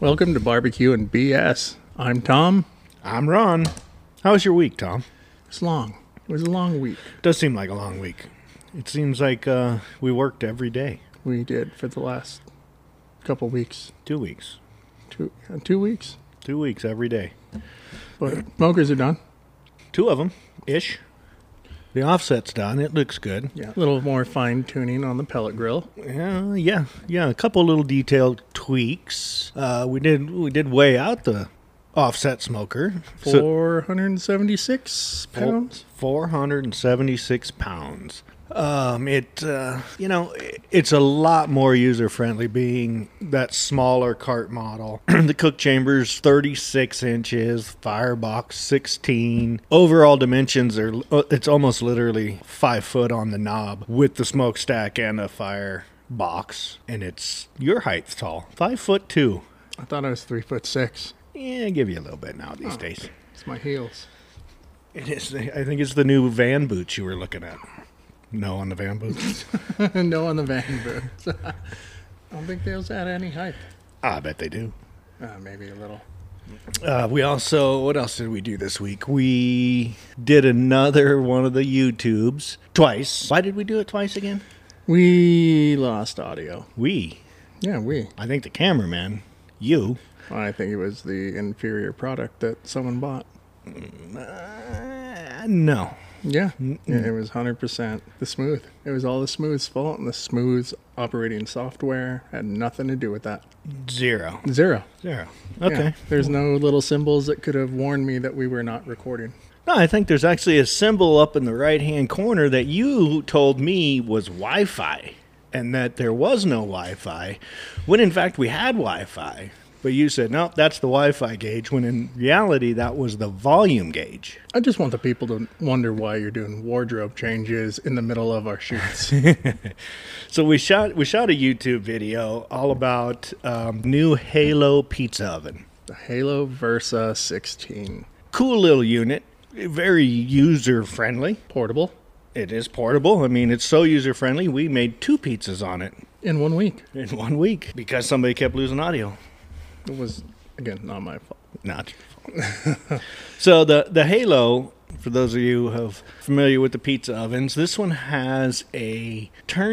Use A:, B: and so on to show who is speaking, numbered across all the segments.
A: Welcome to Barbecue and BS. I'm Tom.
B: I'm Ron. How was your week, Tom?
A: It's long. It was a long week.
B: Does seem like a long week. It seems like uh, we worked every day,
A: We did for the last couple weeks,
B: two weeks,
A: two uh, two weeks.
B: two weeks every day,
A: But smokers are done.
B: two of them ish. The offset's done. It looks good.
A: Yeah, a little more fine tuning on the pellet grill.
B: Yeah, yeah, yeah. A couple little detailed tweaks. Uh, we did we did weigh out the offset smoker. So-
A: Four hundred and seventy-six pounds.
B: 476 pounds. Um, it, uh, you know, it, it's a lot more user friendly being that smaller cart model. the cook chamber's 36 inches, firebox 16. Overall dimensions are, uh, it's almost literally five foot on the knob with the smokestack and the fire box. And it's your height tall, five foot two.
A: I thought I was three foot six.
B: Yeah, I give you a little bit now these days.
A: It's my heels.
B: It is. I think it's the new van boots you were looking at. No, on the van boots.
A: no on the van boots. I don't think those had any hype.
B: I bet they do.
A: Uh, maybe a little.
B: Uh, we also, what else did we do this week? We did another one of the YouTubes twice. Why did we do it twice again?
A: We lost audio.
B: We.
A: Yeah, we.
B: I think the cameraman. You.
A: I think it was the inferior product that someone bought.
B: Uh, no.
A: Yeah. Mm-hmm. yeah, it was hundred percent the smooth. It was all the smooth's fault, and the smooth's operating software had nothing to do with that.
B: Zero.
A: Zero.
B: Zero.
A: Yeah.
B: Okay.
A: There's no little symbols that could have warned me that we were not recording.
B: No, I think there's actually a symbol up in the right hand corner that you told me was Wi Fi and that there was no Wi Fi when in fact we had Wi Fi. But you said, no, that's the Wi Fi gauge when in reality that was the volume gauge.
A: I just want the people to wonder why you're doing wardrobe changes in the middle of our shoots.
B: So we shot we shot a YouTube video all about um, new Halo pizza oven.
A: the Halo Versa 16
B: Cool little unit, very user friendly.
A: portable
B: It is portable. I mean, it's so user friendly. We made two pizzas on it
A: in one week.
B: in one week because somebody kept losing audio.
A: It was again not my fault.
B: Not. so the the Halo, for those of you who are familiar with the pizza ovens, this one has a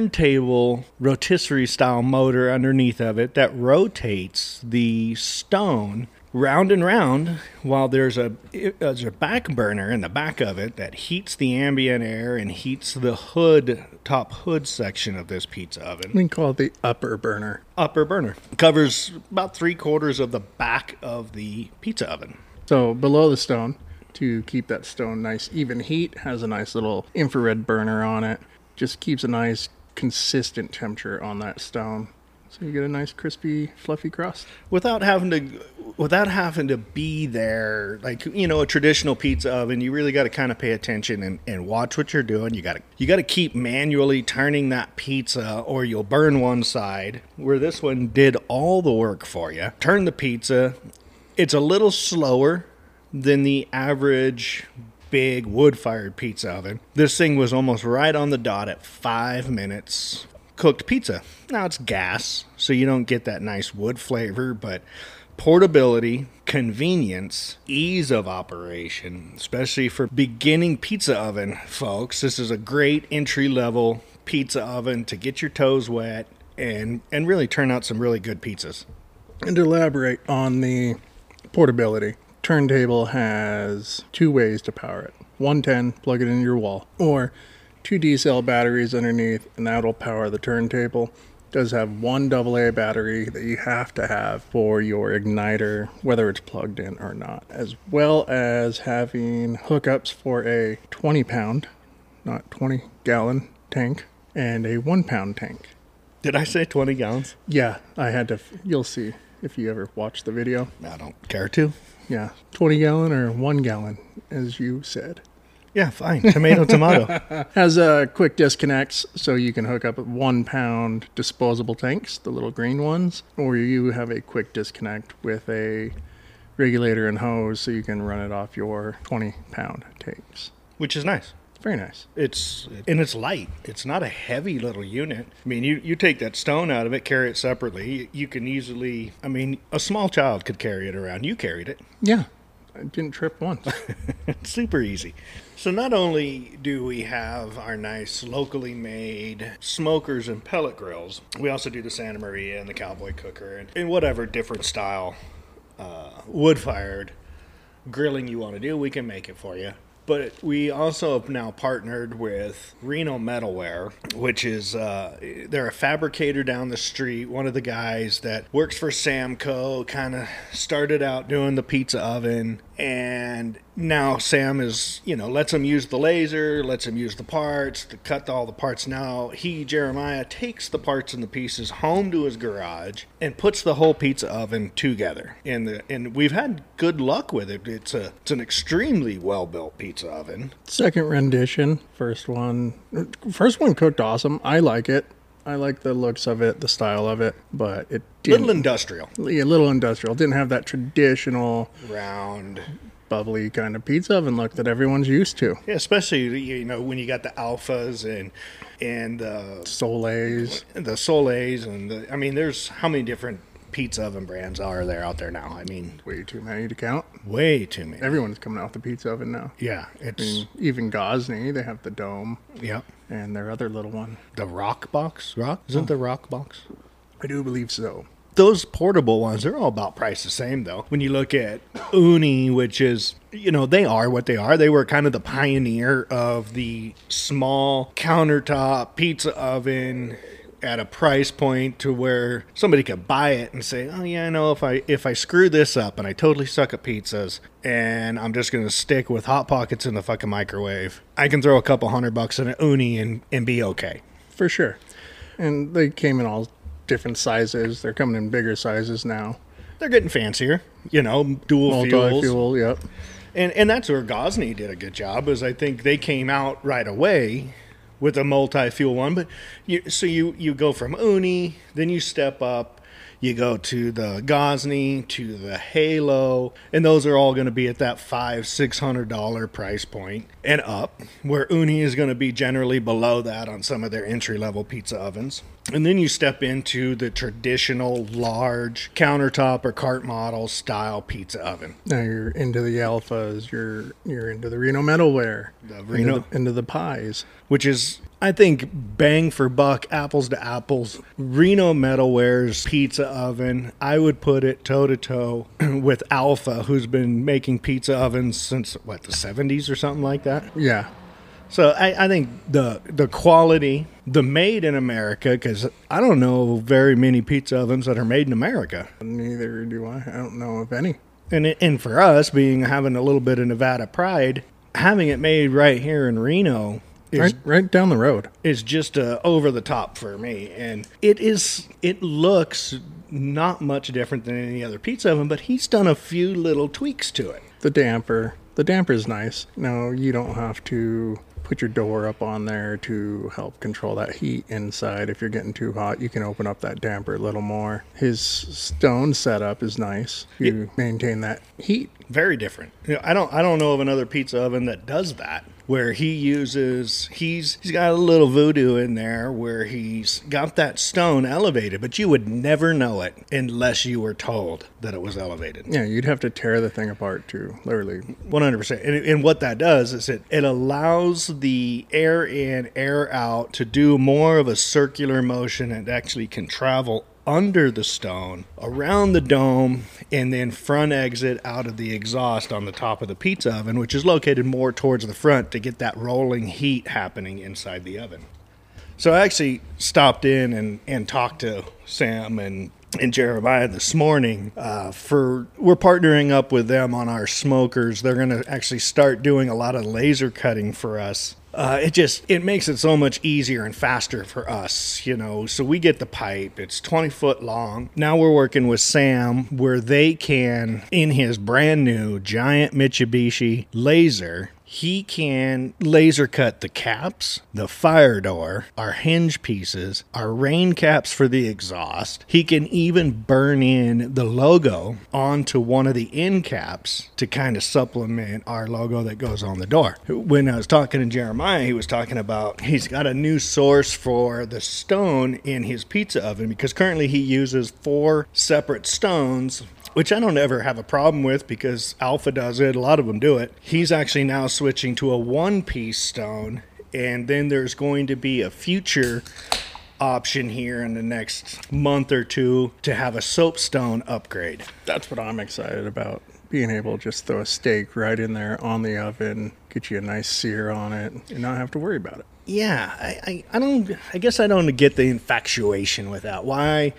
B: turntable rotisserie style motor underneath of it that rotates the stone round and round while there's a it- there's a back burner in the back of it that heats the ambient air and heats the hood top hood section of this pizza oven
A: We can call it the upper burner.
B: upper burner. Covers about three quarters of the back of the pizza oven.
A: So below the stone, to keep that stone nice even heat, has a nice little infrared burner on it. Just keeps a nice consistent temperature on that stone. So you get a nice crispy, fluffy crust.
B: Without having to without having to be there like you know a traditional pizza oven you really got to kind of pay attention and, and watch what you're doing you got to you got to keep manually turning that pizza or you'll burn one side where this one did all the work for you turn the pizza it's a little slower than the average big wood fired pizza oven. This thing was almost right on the dot at five minutes cooked pizza. Now it's gas, so you don't get that nice wood flavor, but portability, convenience, ease of operation, especially for beginning pizza oven folks. This is a great entry level pizza oven to get your toes wet and and really turn out some really good pizzas.
A: And to elaborate on the portability, turntable has two ways to power it 110, plug it into your wall, or two D cell batteries underneath, and that'll power the turntable. Does have one AA battery that you have to have for your igniter, whether it's plugged in or not, as well as having hookups for a 20 pound, not 20 gallon tank, and a one pound tank.
B: Did I say 20 gallons?
A: Yeah, I had to. You'll see if you ever watch the video.
B: I don't care to.
A: Yeah, 20 gallon or one gallon, as you said.
B: Yeah, fine. Tomato, tomato.
A: Has uh, quick disconnects, so you can hook up one pound disposable tanks, the little green ones, or you have a quick disconnect with a regulator and hose so you can run it off your 20 pound tanks.
B: Which is nice.
A: It's Very nice.
B: It's and it's light. It's not a heavy little unit. I mean, you you take that stone out of it, carry it separately. You can easily. I mean, a small child could carry it around. You carried it.
A: Yeah. I didn't trip once.
B: It's super easy. So not only do we have our nice locally made smokers and pellet grills, we also do the Santa Maria and the cowboy cooker and, and whatever different style uh, wood fired grilling you want to do, we can make it for you. But we also have now partnered with Reno Metalware, which is uh, they're a fabricator down the street. One of the guys that works for Samco kind of started out doing the pizza oven, and now Sam is you know lets him use the laser, lets him use the parts, to cut all the parts. Now he Jeremiah takes the parts and the pieces home to his garage and puts the whole pizza oven together. And the and we've had good luck with it. It's a it's an extremely well built pizza oven.
A: Second rendition, first one, first one cooked awesome. I like it. I like the looks of it, the style of it, but it didn't.
B: Little industrial,
A: yeah, little industrial. Didn't have that traditional
B: round.
A: bubbly kind of pizza oven look that everyone's used to.
B: Yeah, especially you know when you got the alphas and and uh,
A: Soleils.
B: the soles and the, I mean, there's how many different pizza oven brands are there out there now? I mean,
A: Way too many to count.
B: way too many.
A: Everyone's coming out with the pizza oven now.
B: Yeah, it's
A: Even Gosney, they have the dome
B: yeah.
A: and their other little one.
B: The rock box, rock isn't the rock box.
A: I do believe so.
B: Those portable ones, they're all about price the same though. When you look at Uni, which is you know they are what they are. They were kind of the pioneer of the small countertop pizza oven at a price point to where somebody could buy it and say, "Oh yeah, I know if I if I screw this up and I totally suck at pizzas and I'm just going to stick with hot pockets in the fucking microwave, I can throw a couple hundred bucks in an Uni and and be okay."
A: For sure. And they came in all different sizes. They're coming in bigger sizes now.
B: they're getting fancier, you know, dual
A: Multi
B: fuels.
A: fuel, yep.
B: And and that's where Gosney did a good job is I think they came out right away with a multi fuel one, but you so you you go from Uni, then you step up you go to the Gosney, to the Halo, and those are all going to be at that five, six hundred dollar price point and up. Where Uni is going to be generally below that on some of their entry level pizza ovens. And then you step into the traditional large countertop or cart model style pizza oven.
A: Now you're into the alphas, you're you're into the Reno metalware.
B: The
A: into
B: Reno-
A: the- into the pies.
B: which is I think bang for buck, apples to apples. Reno Metalware's pizza oven, I would put it toe to toe with Alpha, who's been making pizza ovens since what the seventies or something like that.
A: Yeah.
B: So I, I think the the quality, the made in America, because I don't know very many pizza ovens that are made in America.
A: Neither do I. I don't know of any.
B: And it, and for us being having a little bit of Nevada pride, having it made right here in Reno is
A: Right right down the road.
B: is just uh, over the top for me and it is it looks not much different than any other pizza oven but he's done a few little tweaks to it
A: the damper. The damper's nice. No, you don't have to put your door up on there to help control that heat inside. If you're getting too hot, you can open up that damper a little more. His stone setup is nice. You maintain that heat.
B: very different you know, i don't i don't know of another pizza oven that does that where he uses he's he's got a little voodoo in there where he's got that stone elevated but you would never know it unless you were told that it was elevated
A: Yeah, you'd have to tear the thing apart to literally.
B: One hundred percent. And and what that does is it it allows the air in, air out to do more of a circular motion and actually can travel under the stone, around the dome, and then front exit out of the exhaust on the top of the pizza oven, which is located more towards the front to get that rolling heat happening inside the oven. So I actually stopped in and, and talked to Sam and, and Jeremiah this morning. Uh, for we're partnering up with them on our smokers. They're going to actually start doing a lot of laser cutting for us. Uh, it just it makes it so much easier and faster for us, you know. So we get the pipe. It's twenty foot long. Now we're working with Sam where they can in his brand new giant Mitsubishi laser He can laser cut the caps, the fire door, our hinge pieces, our rain caps for the exhaust. He can even burn in the logo onto one of the end caps to kind of supplement our logo that goes on the door. When I was talking to Jeremiah, he was talking about he's got a new source for the stone in his pizza oven because currently he uses four separate stones which I don't ever have a problem with because Alpha does it. A lot of them do it. He's actually now switching to a one piece stone, and then there's going to be a future option here in the next month or two to have a soapstone upgrade.
A: That's what I'm excited about. Being able to just throw a steak right in there on the oven, get you a nice sear on it, and not have to worry about it.
B: Yeah, I, I, I don't. I guess I don't get the infatuation with that. Why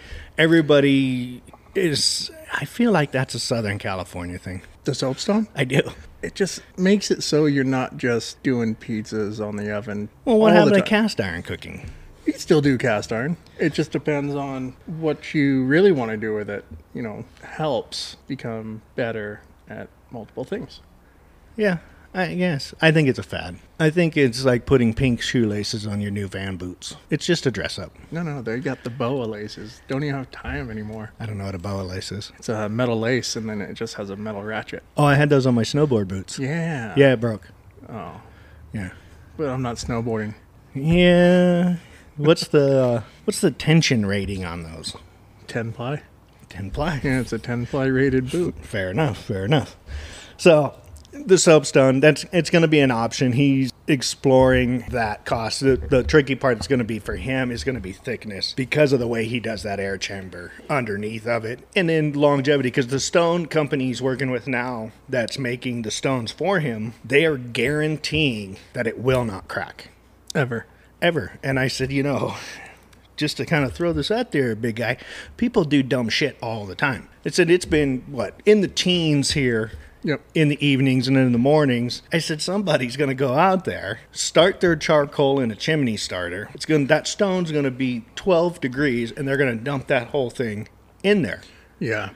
B: everybody is? I feel like that's a Southern California thing.
A: The soapstone?
B: I do.
A: It just makes it so you're not just doing pizzas on the oven.
B: Well, what
A: all the
B: happened to
A: time.
B: cast iron cooking?
A: You can still do cast iron. It just depends on what you really want to do with it. You know, helps become better at multiple things.
B: Yeah, I guess. I think it's a fad. I think it's like putting pink shoelaces on your new van boots. It's just a dress up.
A: No, no, they got the boa laces. Don't even have time anymore.
B: I don't know what a boa lace is.
A: It's a metal lace, and then it just has a metal ratchet.
B: Oh, I had those on my snowboard boots.
A: Yeah.
B: Yeah, it broke.
A: Oh,
B: Yeah.
A: but I'm not snowboarding.
B: Yeah. What's the uh, what's the tension rating on those?
A: Ten ply.
B: Ten ply.
A: Yeah, it's a ten ply rated boot.
B: Fair enough. Fair enough. So the soap's done. That's it's going to be an option. He's exploring that cost. The, the tricky part is going to be for him is going to be thickness because of the way he does that air chamber underneath of it, and then longevity because the stone company he's working with now that's making the stones for him, they are guaranteeing that it will not crack
A: Ever.
B: ever. And I said, you know, just to kind of throw this out there, big guy, people do dumb shit all the time. I said, it's been what, in the teens here.
A: Yep.
B: In the evenings and in the mornings, I said somebody's going to go out there, start their charcoal in a chimney starter. It's going to that stone's going to be 12 degrees, and they're going to dump that whole thing in there.
A: Yeah.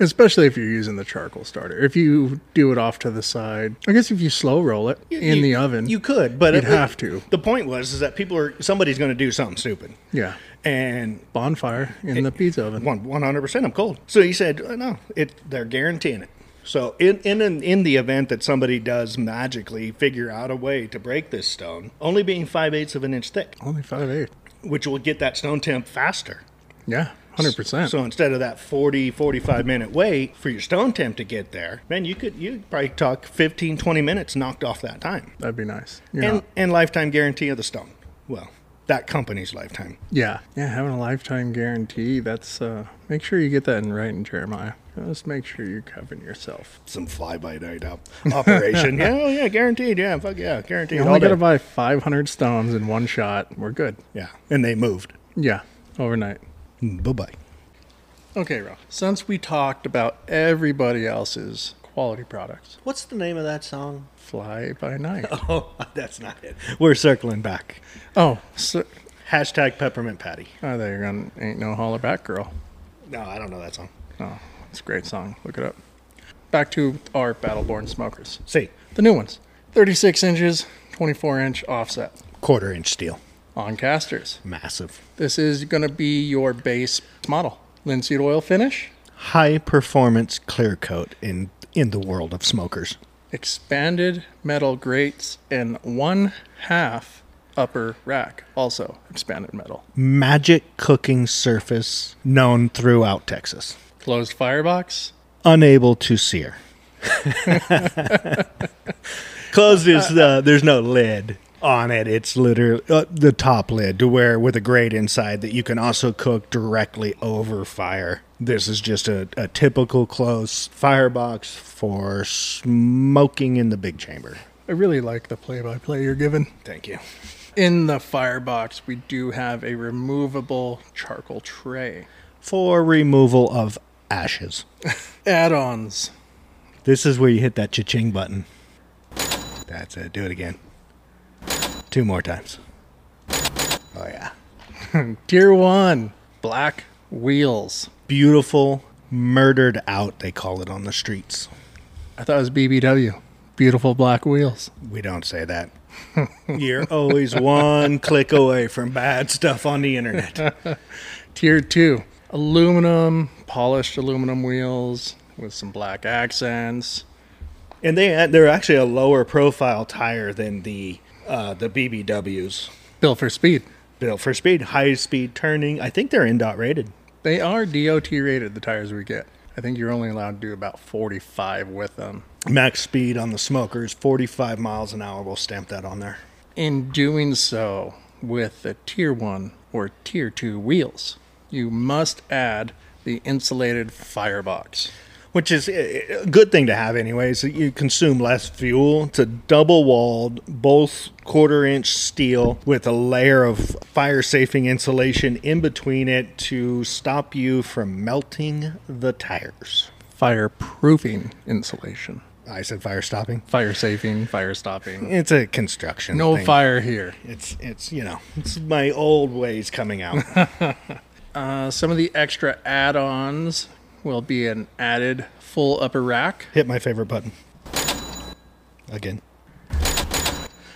A: Especially if you're using the charcoal starter. If you do it off to the side, I guess if you slow roll it in
B: You-
A: the oven,
B: you could, but
A: you'd
B: it would-
A: have to.
B: The point was is that people are somebody's going to do something stupid,
A: yeah,
B: and
A: bonfire in the pizza oven.
B: One one hundred percent. I'm cold. So he said, "Oh, "No, it they're guaranteeing it." So in in an- in the event that somebody does magically figure out a way to break this stone, only being five eighths of an inch thick,
A: Only five eight.
B: which will get that stone temp faster.
A: Yeah, hundred percent.
B: So instead of that 40, 45 minute wait for your stone temp to get there, man, you could you probably talk 15, 20 minutes knocked off that time,
A: That'd be nice. You're
B: and
A: not-
B: and lifetime guarantee of the stone. Well, that company's lifetime.
A: yeah, yeah. Having a lifetime guarantee. That's uh, make sure you get that in writing, Jeremiah. Just make sure you're covering yourself.
B: Some fly by night op- operation. yeah, oh yeah, guaranteed. Yeah, fuck yeah, guaranteed.
A: You
B: all
A: only got
B: day.
A: to buy 500 stones in one shot. We're good.
B: Yeah. And they moved. Mm,
A: Yeah, overnight.
B: Bye bye.
A: Okay, Ralph. Since we talked about everybody else's quality products,
B: What's the name of that song?
A: fly by night.
B: Oh, that's not it. We're circling back.
A: Oh, so,
B: Hashtag peppermint patty.
A: I thought you were going to Ain't No Holler Back Girl.
B: No, I don't know that song.
A: Oh, it's a great song. Look it up. Back to our Battleborn smokers.
B: See,
A: The new ones 36 inches, 24 inch offset
B: quarter inch steel.
A: on casters.
B: Massive.
A: This is going to be your base model. Linseed oil finish,
B: High performance clear coat in in the world of smokers.
A: expanded metal grates, and one half upper rack, also expanded metal.
B: Magic cooking surface known throughout Texas.
A: Closed firebox,
B: Unable to sear. Closed is uh, there's no lid on it. It's literally uh, the top lid to where with a grate inside that you can also cook directly over fire. This is just a, a typical closed firebox for smoking in the big chamber.
A: I really like the play by play you're given.
B: Thank you.
A: In the firebox, we do have a removable charcoal tray.
B: For removal of ashes.
A: Add ons.
B: This is where you hit that cha-ching button. That's it. Do it again. Two more times. Oh yeah.
A: Tier one black wheels.
B: Beautiful murdered out, they call it on the streets.
A: I thought it was BBW, beautiful black wheels.
B: We don't say that. You're always one click away from bad stuff on the internet.
A: Tier two, aluminum, polished aluminum wheels with some black accents.
B: And they they're actually a lower profile tire than the uh, the BBWs.
A: Built for speed.
B: Built for speed, high speed turning. I think they're NDOT rated.
A: They are DOT rated, the tires we get. I think you're only allowed to do about 45 with them.
B: Max speed on the smoker is 45 miles an hour. We'll stamp that on there.
A: In doing so with the tier one or tier two wheels, you must add the insulated firebox.
B: Which is eh, a a good thing to have, anyways. You consume less fuel. It's a double walled, both quarter inch steel with a layer of fire safing insulation in between it to stop you from melting the tires.
A: Fireproofing insulation.
B: I said fire stopping.
A: Fire saving, fire stopping.
B: It's a construction.
A: No
B: thing.
A: fire here.
B: It's it's you know it's my old ways coming out.
A: Uh, some of the extra add ons will be an added full upper rack.
B: Hit my favorite button. Again.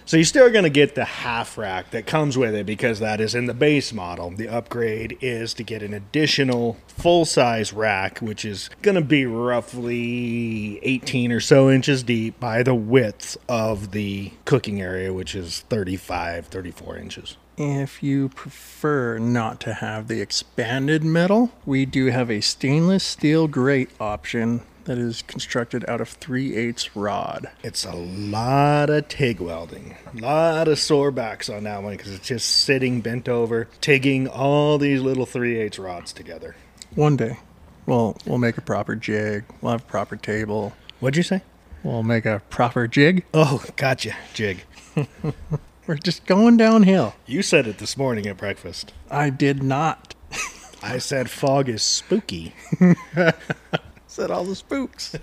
B: So you're still going to get the half rack that comes with it because that is in the base model. The upgrade is to get an additional full size rack, which is going to be roughly 18 or so inches deep by the width of the cooking area, which is 35, 34 inches.
A: If you prefer not to have the expanded metal, we do have a stainless steel grate option that is constructed out of 3 eighths rod.
B: It's a lot of TIG welding. A lot of sore backs on that one because it's just sitting bent over, TIGging all these little 3 8 rods together.
A: One day, we'll, we'll make a proper jig, we'll have a proper table,
B: What'd you say?
A: we'll make a proper jig.
B: Oh, gotcha, Jig.
A: We're just going downhill.
B: You said it this morning at breakfast.
A: I did not.
B: I said fog is spooky.
A: Said all the spooks.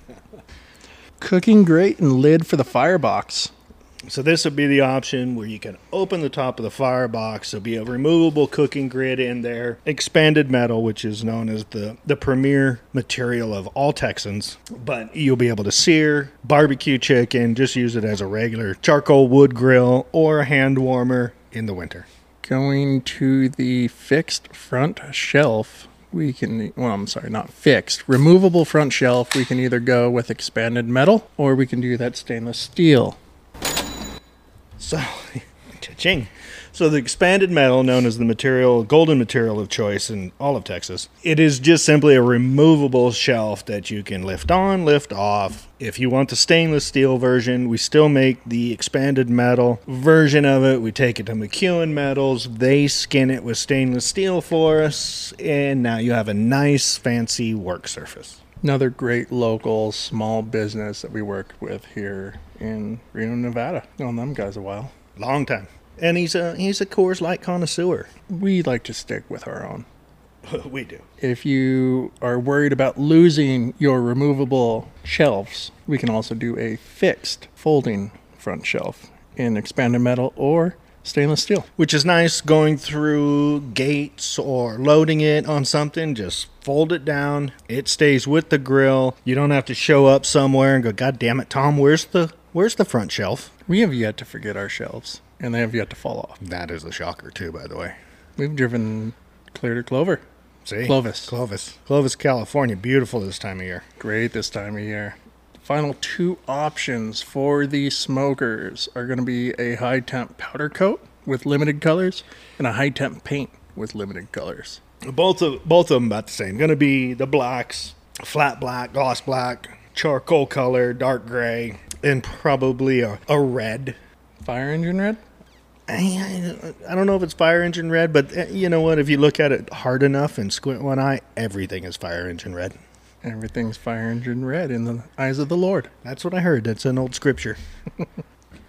A: Cooking grate and lid for the firebox.
B: So this would be the option where you can open the top of the firebox. There'll be a removable cooking grid in there, expanded metal, which is known as the the premier material of all Texans. But you'll be able to sear barbecue chicken. Just use it as a regular charcoal wood grill or a hand warmer in the winter.
A: Going to the fixed front shelf, we can, well, I'm sorry, not fixed, removable front shelf, we can either go with expanded metal or we can do that stainless steel.
B: So, cha-ching. So the expanded metal, known as the material, golden material of choice in all of Texas, it is just simply a removable shelf that you can lift on, lift off. If you want the stainless steel version, we still make the expanded metal version of it. We take it to McEwen Metals. They skin it with stainless steel for us, and now you have a nice, fancy work surface.
A: Another great local small business that we work with here in Reno, Nevada. Known them guys a while.
B: Long time. And he's a he's a Coors Light connoisseur.
A: We like to stick with our own.
B: we do.
A: If you are worried about losing your removable shelves, we can also do a fixed folding front shelf in expanded metal or stainless steel.
B: which is nice going through gates or loading it on something. Just fold it down. It stays with the grill. You don't have to show up somewhere and go, God damn it, Tom, where's the where's the front shelf?
A: We have yet to forget our shelves, and they have yet to fall off.
B: That is a shocker too, by the way.
A: We've driven clear to Clover.
B: See?
A: Clovis.
B: Clovis. Clovis, California. Beautiful this time of year.
A: Great this time of year. Final two options for the smokers are going to be a high temp powder coat with limited colors and a high temp paint with limited colors.
B: Both of both of them about the same. Going to be the blacks, flat black, gloss black, charcoal color, dark gray, and probably a, a red
A: Fire engine red?
B: I, I I don't know if it's fire engine red, but uh, you know what? If you look at it hard enough and squint one eye, everything is fire engine red.
A: Everything's fire engine red in the eyes of the Lord.
B: That's what I heard. That's an old scripture.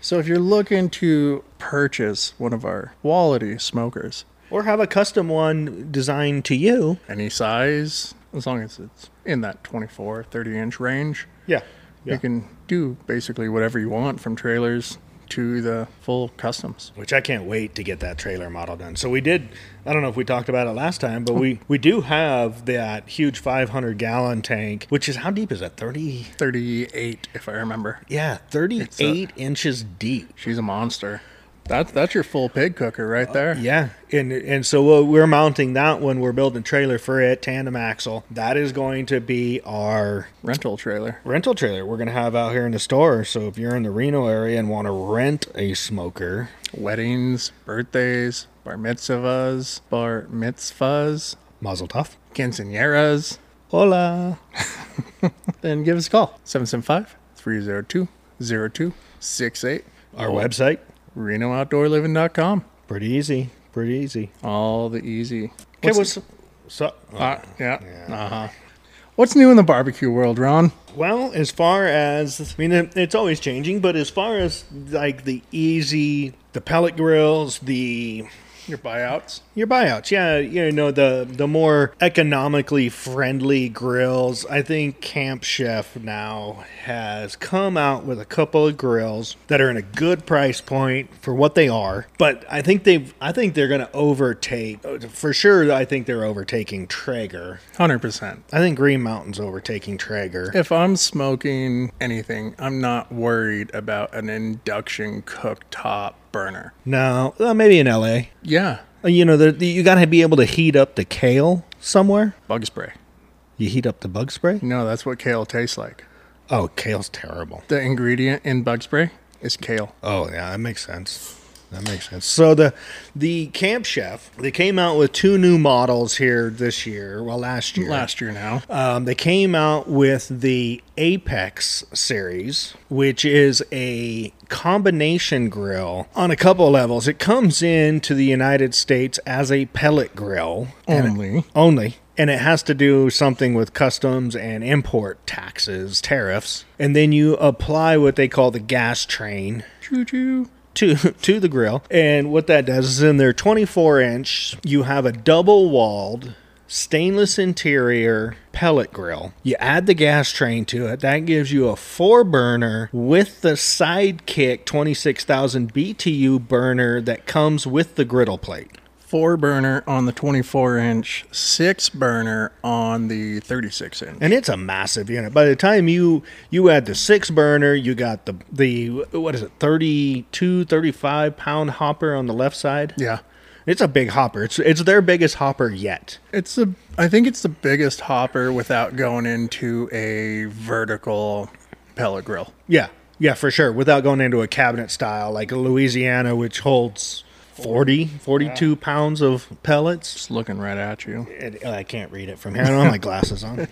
A: So if you're looking to purchase one of our quality smokers,
B: Or have a custom one designed to you.
A: any size, as long as it's in that 24, 30 inch range,
B: Yeah.
A: you can do basically whatever you want from trailers to the full customs.
B: which I can't wait to get that trailer model done. So we did. I don't know if we talked about it last time, but we we do have that huge 500 gallon tank, which is how deep is that? 30.
A: 38, if I remember.
B: Yeah, 38 inches deep.
A: She's a monster. That's that's your full pig cooker right there.
B: Uh, Yeah, and and so we'll, we're mounting that one. We're building a trailer for it, tandem axle. That is going to be our
A: Rental trailer.
B: rental trailer we're going to have out here in the store. So if you're in the Reno area and want to rent a smoker,
A: Weddings, birthdays, bar mitzvahs, bar mitzvahs,
B: Mazel Tov.
A: quinceañeras,
B: Hola.
A: then give us a call. 775-302-0268.
B: Our website,
A: RenoOutdoorLiving.com.
B: pretty easy, pretty easy.
A: All the easy.
B: Okay,
A: What's-
B: what's, so,
A: uh, yeah. Uh-huh. What's new in the barbecue world, Ron?
B: well, as far as I mean, it- it's always changing, but as far as like the easy, the pellet grills, the
A: Your buyouts.
B: Your buyouts, yeah, you know the the more economically friendly grills. I think Camp Chef now has come out with a couple of grills that are in a good price point for what they are. But I think they've, I think they're going to overtake for sure. I think they're overtaking Traeger.
A: 100%.
B: I think Green Mountain's overtaking Traeger.
A: If I'm smoking anything, I'm not worried about an induction cooktop burner.
B: No, well, uh, maybe in L.A.
A: Yeah,
B: You know, the, you got to be able to heat up the kale somewhere.
A: bug spray.
B: You heat up the bug spray.
A: No, that's what kale tastes like.
B: Oh, kale's terrible.
A: The ingredient in bug spray is kale.
B: Oh yeah, that makes sense. That makes sense. So the the Camp Chef they came out with two new models here this year. Well, last year.
A: Last year now.
B: Um, they came out with the Apex series, which is a combination grill on a couple levels. It comes into the United States as a pellet grill and
A: Only.
B: only. And it has to do something with customs and import taxes, tariffs. And then you apply what they call the gas train
A: Choo choo.
B: to to the grill. And what that does is in their 24 inch, you have a double walled stainless interior pellet grill. You add the gas train to it. That gives you a four burner with the sidekick 26,000 BTU burner that comes with the griddle plate.
A: Four burner on the 24 inch, six burner on the 36 inch.
B: and it's a massive unit. By the time you you add the six burner, you got the the what is it 32, 35 pound hopper on the left side.
A: Yeah.
B: it's a big hopper. It's it's their biggest hopper yet.
A: It's the I think it's the biggest hopper without going into a vertical pellet grill.
B: Yeah, yeah, for sure. Without going into a cabinet style like Louisiana, which holds 40, 42 pounds of pellets.
A: It's looking right at you.
B: It- I can't read it from here. I don't have my glasses on.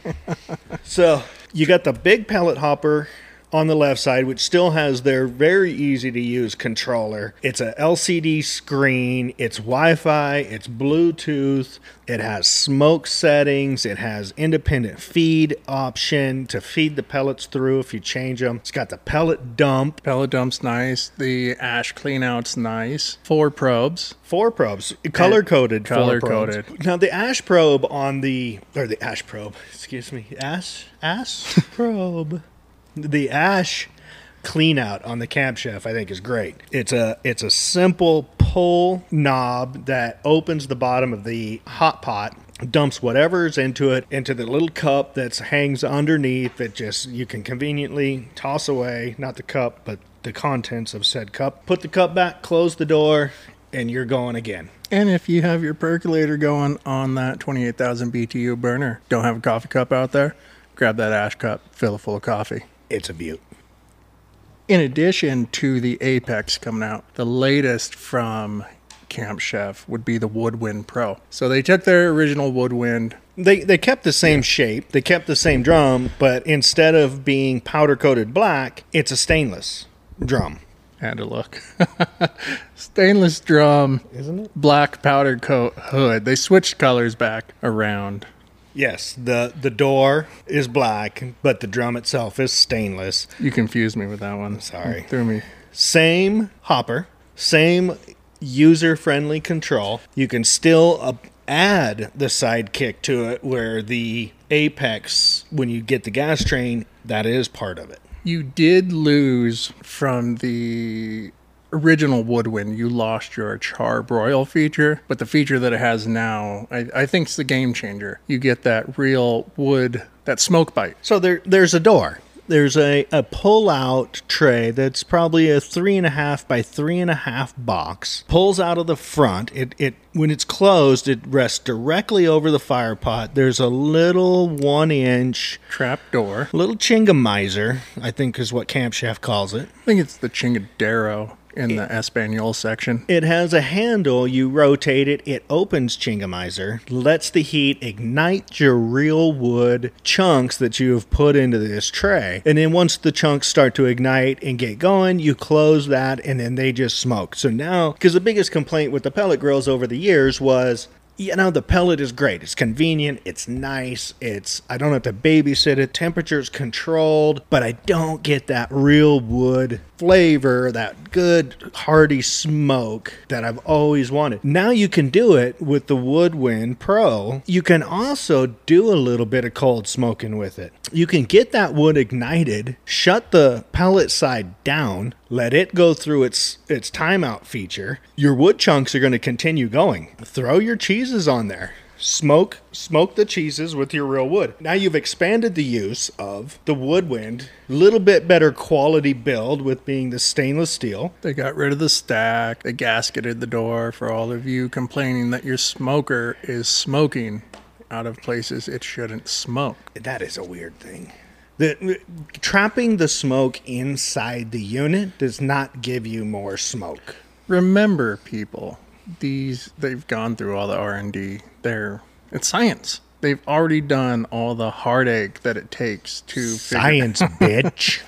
B: so you got the big pellet hopper on the left side, which still has their very easy to use controller. It's a LCD screen. It's Wi-Fi. It's Bluetooth. It has smoke settings. It has independent feed option to feed the pellets through if you change them. It's got the pellet dump.
A: Pellet dump's nice. The ash cleanout's nice. Four probes.
B: Four probes, color coded.
A: Color
B: coded. Now the ash probe on the or the ash probe. Excuse me, ash ash probe. The ash clean out on the Camp Chef I think is great. It's a it's a simple pull knob that opens the bottom of the hot pot dumps whatever's into it into the little cup that hangs underneath that just you can conveniently toss away not the cup but the contents of said cup put the cup back close the door and you're going again
A: And if you have your percolator going on that 28,000 BTU burner, don't have a coffee cup out there, grab that ash cup, fill it full of coffee.
B: it's a beaut.
A: In addition to the Apex coming out, the latest from Camp Chef would be the Woodwind Pro. So they took their original Woodwind.
B: They they kept the same shape, they kept the same drum, but instead of being powder coated black, it's a stainless drum.
A: Had to look. Stainless drum,
B: Isn't it?
A: black powder coat hood. They switched colors back around.
B: Yes, the the door is black, but the drum itself is stainless.
A: You confused me with that one.
B: Sorry.
A: Threw me.
B: Same hopper, same user friendly control. You can still uh, add the sidekick to it where the apex when you get the gas train, that is part of it.
A: You did lose from the original woodwind, you lost your char broil feature, but the feature that it has now, I, I think, is the game changer. You get that real wood, that smoke bite.
B: So there, there's a door. There's a, a pull out tray that's probably a three and a half by three and a half box. Pulls out of the front. It, it when it's closed, it rests directly over the fire pot. There's a little one inch
A: Trap door.
B: little chingamizer, I think is what Camp Chef calls it.
A: I think it's the Chingadero in the Espanol section.
B: It has a handle. You rotate it. It opens Chingamizer, lets the heat ignite your real wood chunks that you have put into this tray. And then once the chunks start to ignite and get going, you close that and then they just smoke. So now, because the biggest complaint with the pellet grills over the years was you know the pellet is great it's convenient it's nice it's i don't have to babysit it temperature's controlled but i don't get that real wood flavor that good hearty smoke that i've always wanted now you can do it with the woodwind pro you can also do a little bit of cold smoking with it you can get that wood ignited shut the pellet side down let it go through its its timeout feature. Your wood chunks are going to continue going. Throw your cheeses on there. Smoke smoke the cheeses with your real wood. Now you've expanded the use of the woodwind, little bit better quality build with being the stainless steel.
A: They got rid of the stack. They gasketed the door for all of you complaining that your smoker is smoking out of places it shouldn't smoke.
B: That is a weird thing. The, trapping the smoke inside the unit does not give you more smoke.
A: remember people these they've gone through all the r&d they're it's science they've already done all the heartache that it takes to figure,
B: Science, bitch.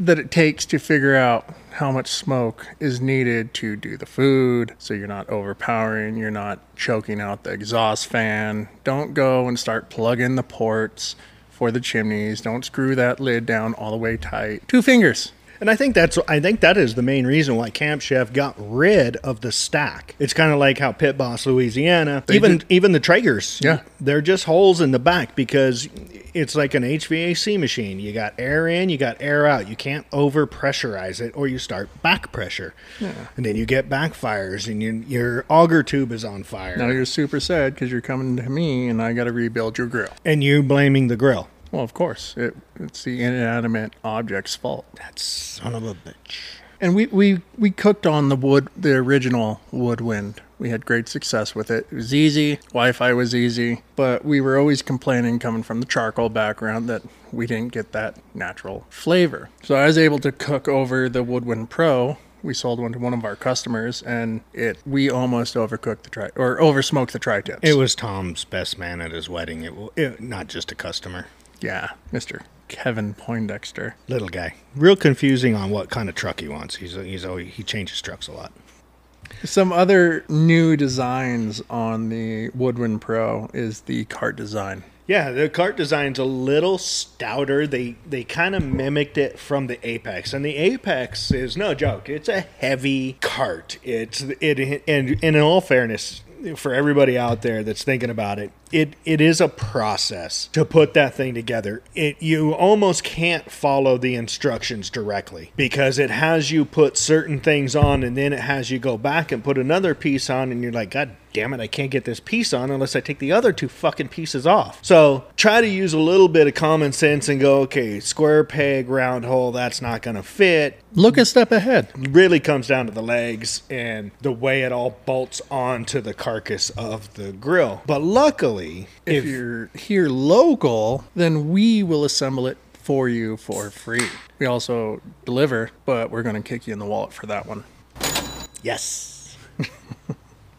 A: that it takes to figure out how much smoke is needed to do the food so you're not overpowering you're not choking out the exhaust fan don't go and start plugging the ports for the chimneys don't screw that lid down all the way tight two fingers
B: And I think that's I think that is the main reason why Camp Chef got rid of the stack. It's kind of like how Pit Boss Louisiana, even
A: did-
B: even the Traegers,
A: Yeah.
B: they're just holes in the back because it's like an HVAC machine. You got air in, you got air out. You can't over pressurize it, or you start back pressure, and then you get backfires, and your your auger tube is on fire,
A: now you're super sad because you're coming to me and i got to rebuild your grill
B: and you blaming the grill.
A: Well, of course, it, it's the inanimate object's fault.
B: That son of a bitch.
A: And we, we, we cooked on the wood, the original woodwind. We had great success with it. It was easy. Wi-Fi was easy, but we were always complaining, coming from the charcoal background, that we didn't get that natural flavor. So I was able to cook over the woodwind pro. We sold one to one of our customers, and it we almost overcooked the tri or oversmoked the tri tips.
B: It was Tom's best man at his wedding. It, wa- it not just a customer.
A: yeah, Mister Kevin Poindexter.
B: little guy. Real confusing on what kind of truck he wants. He's he's always, he changes trucks a lot.
A: Some other new designs on the Woodwind Pro is the cart design.
B: Yeah, the cart design's a little stouter. They they kind of mimicked it from the Apex, and the Apex is no joke. It's a heavy cart. It's it and, and in all fairness, for everybody out there that's thinking about it, it it is a process to put that thing together. It you almost can't follow the instructions directly because it has you put certain things on, and then it has you go back and put another piece on, and you're like, God damn it, I can't get this piece on unless I take the other two fucking pieces off. So try to use a little bit of common sense and go, okay, square peg, round hole, that's not going to fit.
A: Look a step ahead.
B: Really comes down to the legs and the way it all bolts onto the carcass of the grill. But luckily,
A: If, you're here local, then we will assemble it for you for free. We also deliver, but we're going to kick you in the wallet for that one.
B: Yes.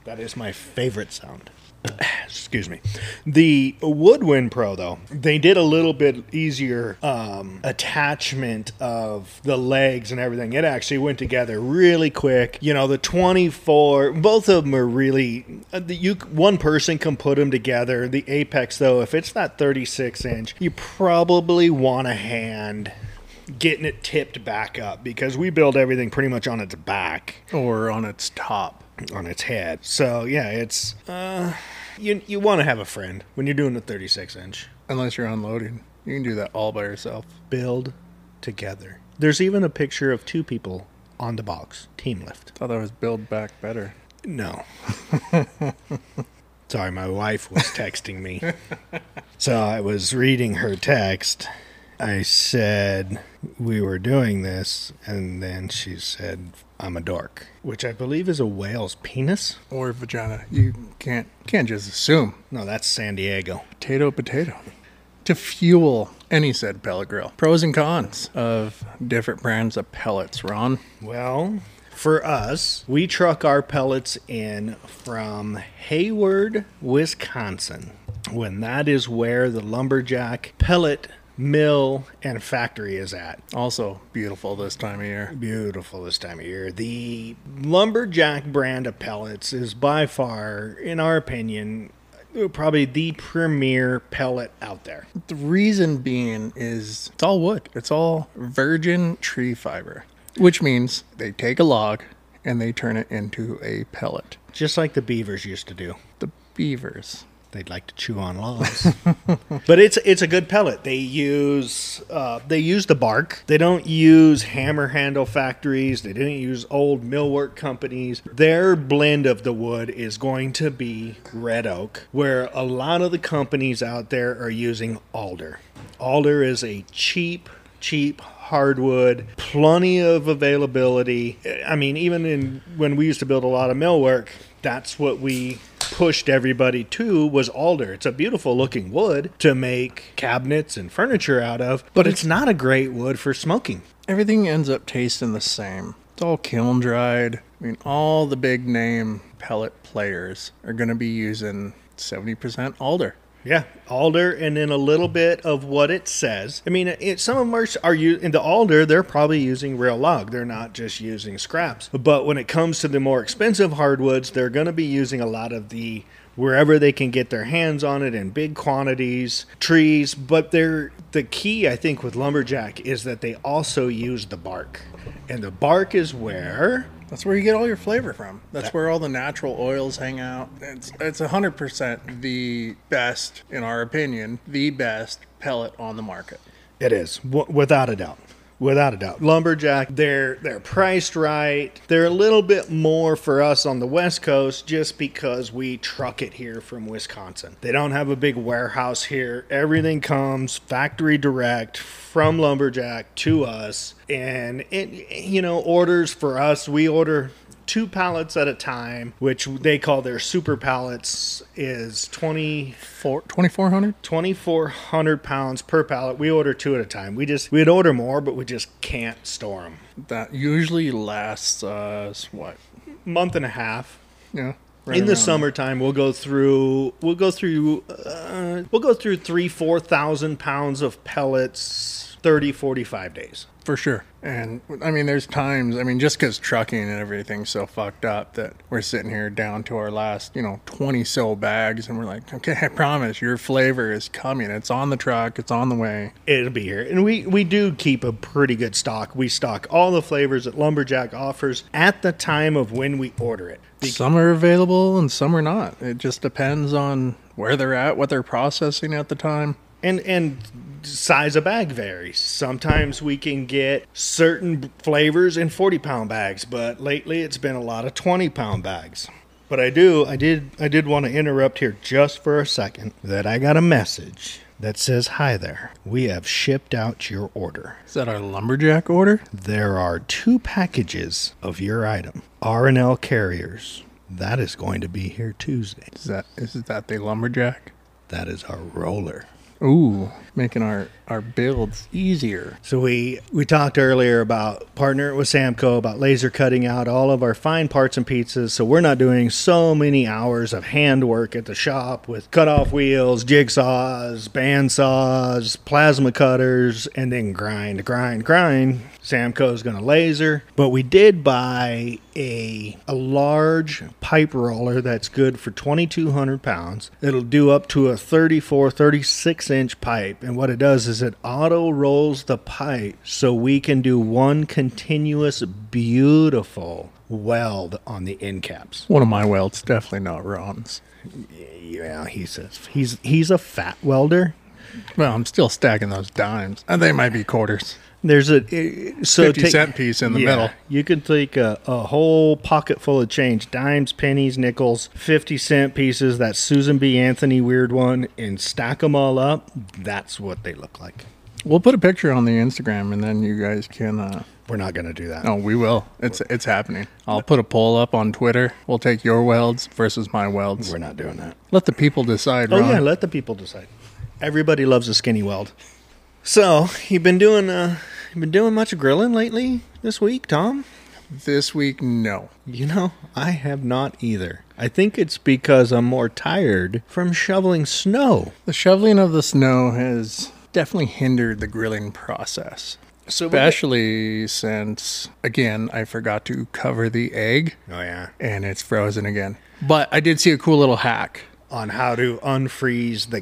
B: that is my favorite sound. Excuse me. The Woodwind Pro, though, they did a little bit easier um, attachment of the legs and everything. It actually went together really quick. You know, the 24, both of them are really, uh, the, you one person can put them together. The Apex, though, if it's not 36 inch, you probably want a hand getting it tipped back up because we build everything pretty much on its back
A: Or on its top.
B: on its head. So yeah, it's uh, you you want to have a friend when you're doing a 36 inch
A: Unless you're unloading. You can do that all by yourself.
B: build together. There's even a picture of two people on the box. Team lift.
A: Thought that was build back better.
B: No. Sorry, my wife was texting me. so I was reading her text. I said we were doing this, and then she said, I'm a dork, which I believe is a whale's penis.
A: Or vagina. You can't can't just assume.
B: No, that's San Diego.
A: potato potato to fuel any said pellet grill pros and cons of different brands of pellets ron
B: Well, for us, we truck our pellets in from Hayward, Wisconsin, when that is where the lumberjack pellet mill and factory is at.
A: also beautiful this time of year
B: Beautiful this time of year. The lumberjack brand of pellets is by far, in our opinion, probably the premier pellet out there.
A: the reason being is it's all wood it's all virgin tree fiber which means they take a log and they turn it into a pellet
B: Just like the beavers used to do.
A: the beavers
B: They'd like to chew on logs, but it's it's a good pellet. They use uh, they use the bark. They don't use hammer handle factories. They didn't use old millwork companies. Their blend of the wood is going to be red oak, where a lot of the companies out there are using alder. Alder is a cheap cheap hardwood, plenty of availability. I mean, even in when we used to build a lot of millwork, that's what we pushed everybody to was alder. It's a beautiful looking wood to make cabinets and furniture out of, but it's not a great wood for smoking.
A: everything ends up tasting the same. It's all kiln dried. I mean, all the big name pellet players are going to be using 70% alder.
B: Yeah, alder, and then a little bit of what it says. I mean, it, some of them are, are you in the alder. They're probably using real log. They're not just using scraps. But when it comes to the more expensive hardwoods, they're going to be using a lot of the wherever they can get their hands on it in big quantities, trees. But they're the key, I think, with lumberjack is that they also use the bark, and the bark is where
A: That's where you get all your flavor from. That's where all the natural oils hang out. It's it's 100% the best in our opinion, the best pellet on the market.
B: It is w- without a doubt. Without a doubt, lumberjack. They're they're priced right. They're a little bit more for us on the West Coast, just because we truck it here from Wisconsin. They don't have a big warehouse here. Everything comes factory direct from lumberjack to us, and it you know orders for us. We order two pallets at a time, which they call their super pallets. Is twenty
A: Four, 2400
B: 2,400 pounds per pallet. We order two at a time. We just, we'd order more, but we just can't store them.
A: that usually lasts us what?
B: Month and a half.
A: Yeah.
B: In the
A: around
B: summertime, we'll go through, we'll go through, uh, we'll go through three, 4,000 pounds of pellets 30, 45 days.
A: For sure. And I mean, there's times, I mean, just because trucking and everything's so fucked up that we're sitting here down to our last, you know, 20 so bags. And we're like, okay, I promise your flavor is coming. It's on the truck, it's on the way.
B: it'll be here and we we do keep a pretty good stock we stock all the flavors that lumberjack offers at the time of when we order it Be-
A: Some are available and some are not. It just depends on where they're at, what they're processing at the time.
B: and and size of bag varies sometimes we can get certain flavors in 40 pound bags but lately it's been a lot of 20 pound bags but i do i did i did want to interrupt here just for a second that i got a message that says hi there we have shipped out your order
A: Is that our lumberjack order?
B: there are two packages of your item r&l carriers that is going to be here tuesday
A: Is that is that the lumberjack?
B: that is our roller
A: Ooh, making our our builds easier.
B: So we we talked earlier about partnering with Samco about laser cutting out all of our fine parts and pieces. So we're not doing so many hours of hand work at the shop with cut off wheels, jigsaws, bandsaws, plasma cutters, and then grind, grind, grind. Samco is going to laser, but we did buy a a large pipe roller that's good for 2,200 pounds. It'll do up to a 34, 36 inch pipe, and what it does is it auto rolls the pipe so we can do one continuous beautiful weld on the end caps.
A: One of my welds, definitely not Ron's.
B: Yeah, he says he's he's a fat welder.
A: Well, I'm still stacking those dimes. And they might be quarters.
B: There's a eh, so
A: 50 cent piece in the middle.
B: You could take a, a whole pocket full of change, dimes, pennies, nickels, 50 cent pieces, that Susan B. Anthony weird one, and stack them all up. That's what they look like.
A: We'll put a picture on the Instagram and then you guys can uh
B: We're not going to do that.
A: no, we will. It's it's happening. I'll put a poll up on Twitter. We'll take your welds versus my welds.
B: We're not doing that.
A: Let the people decide,
B: Oh,
A: Ron.
B: yeah, let the people decide. Everybody loves a skinny weld. So, you've been doing uh you've been doing much grilling lately this week, Tom?
A: This week no.
B: You know, I have not either. I think it's because I'm more tired from shoveling snow.
A: The shoveling of the snow has definitely hindered the grilling process.
B: So
A: Especially since again I forgot to cover the egg
B: Oh yeah.
A: and it's frozen again. But I did see a cool little hack.
B: On how to unfreeze the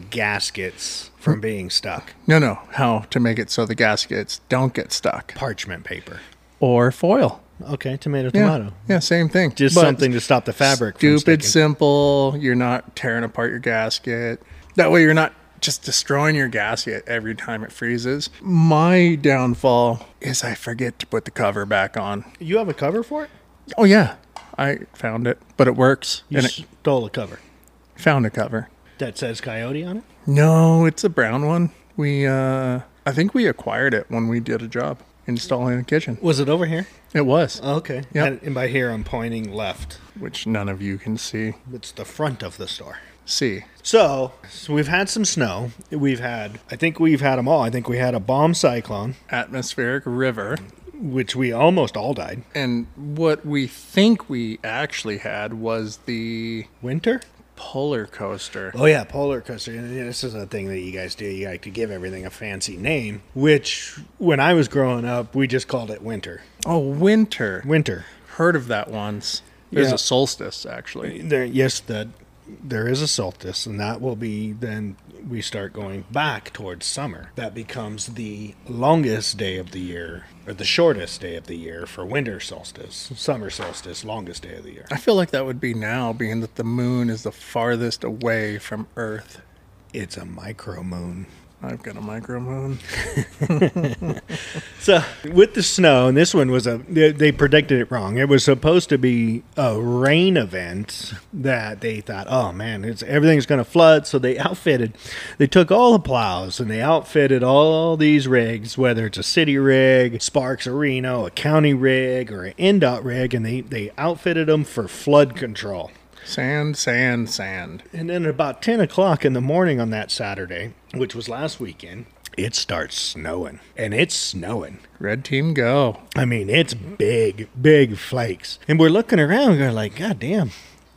B: gaskets from being stuck.
A: No, no, how to make it so the gaskets don't get stuck.
B: Parchment paper.
A: Or foil.
B: Okay, tomato
A: Yeah,
B: tomato.
A: yeah same thing.
B: Just
A: But
B: something to stop the fabric from
A: Stupid,
B: sticking.
A: simple. You're not tearing apart your gasket. That way, you're not just destroying your gasket every time it freezes. My downfall is I forget to put the cover back on.
B: You have a cover for it?
A: Oh, yeah, I found it, but it works.
B: You
A: and it
B: stole a cover
A: found a cover.
B: that says coyote on it?
A: No, it's a brown one. We, uh, I think we acquired it when we did a job installing a kitchen.
B: Was it over here?
A: It was,
B: Okay.
A: Oh, Yep.
B: And, and by here, I'm pointing left.
A: which none of you can see.
B: It's the front of the store.
A: See,
B: So, so we've had some snow. We've had, I think we've had them all. I think we had a bomb cyclone,
A: atmospheric river.
B: which we almost all died.
A: And what we think we actually had was the
B: Winter?
A: polar coaster.
B: Oh yeah, polar coaster. And this is a thing that you guys do. You like to give everything a fancy name, which when I was growing up, we just called it winter.
A: Oh, winter.
B: Winter.
A: Heard of that once. There's
B: Yeah.
A: a solstice, actually.
B: There, yes, that there is a solstice, and that will be then we start going back towards summer. That becomes the longest day of the year, or the shortest day of the year for winter solstice. Summer solstice, longest day of the year.
A: I feel like that would be now, being that the moon is the farthest away from Earth.
B: It's a micro moon.
A: I've got a micro moon.
B: So with the snow, and this one was a they, they predicted it wrong. It was supposed to be a rain event that they thought, oh man, it's everything's going to flood. So they outfitted, they took all the plows and they outfitted all these rigs, whether it's a city rig, Sparks a Reno, a county rig, or an NDOT rig, and they they outfitted them for flood control.
A: Sand, sand, sand.
B: And then about ten o'clock in the morning on that Saturday, which was last weekend, it starts snowing, and it's snowing.
A: Red team go.
B: I mean, it's big, big flakes. And we're looking around, we're like, God damn,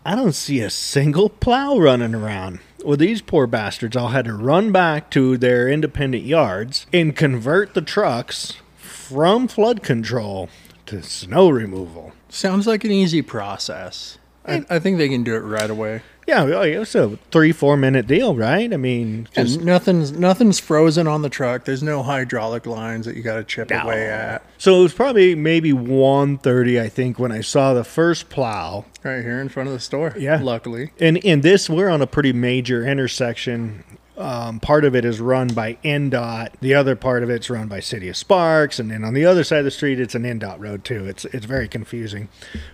B: I don't see a single plow running around. Well, these poor bastards all had to run back to their independent yards and convert the trucks from flood control to snow removal.
A: Sounds like an easy process. I, I think they can do it right away.
B: Yeah, well, it was a three, four minute deal, right? I mean, just
A: And nothing's nothing's frozen on the truck. There's no hydraulic lines that you got to chip
B: No.
A: away at.
B: so it was probably maybe 1.30, I think, when I saw the first plow
A: Right here in front of the store.
B: Yeah.
A: Luckily.
B: And in this, we're on a pretty major intersection. Um, part of it is run by NDOT. The other part of it's run by City of Sparks. And then on the other side of the street, it's an NDOT road too. It's it's very confusing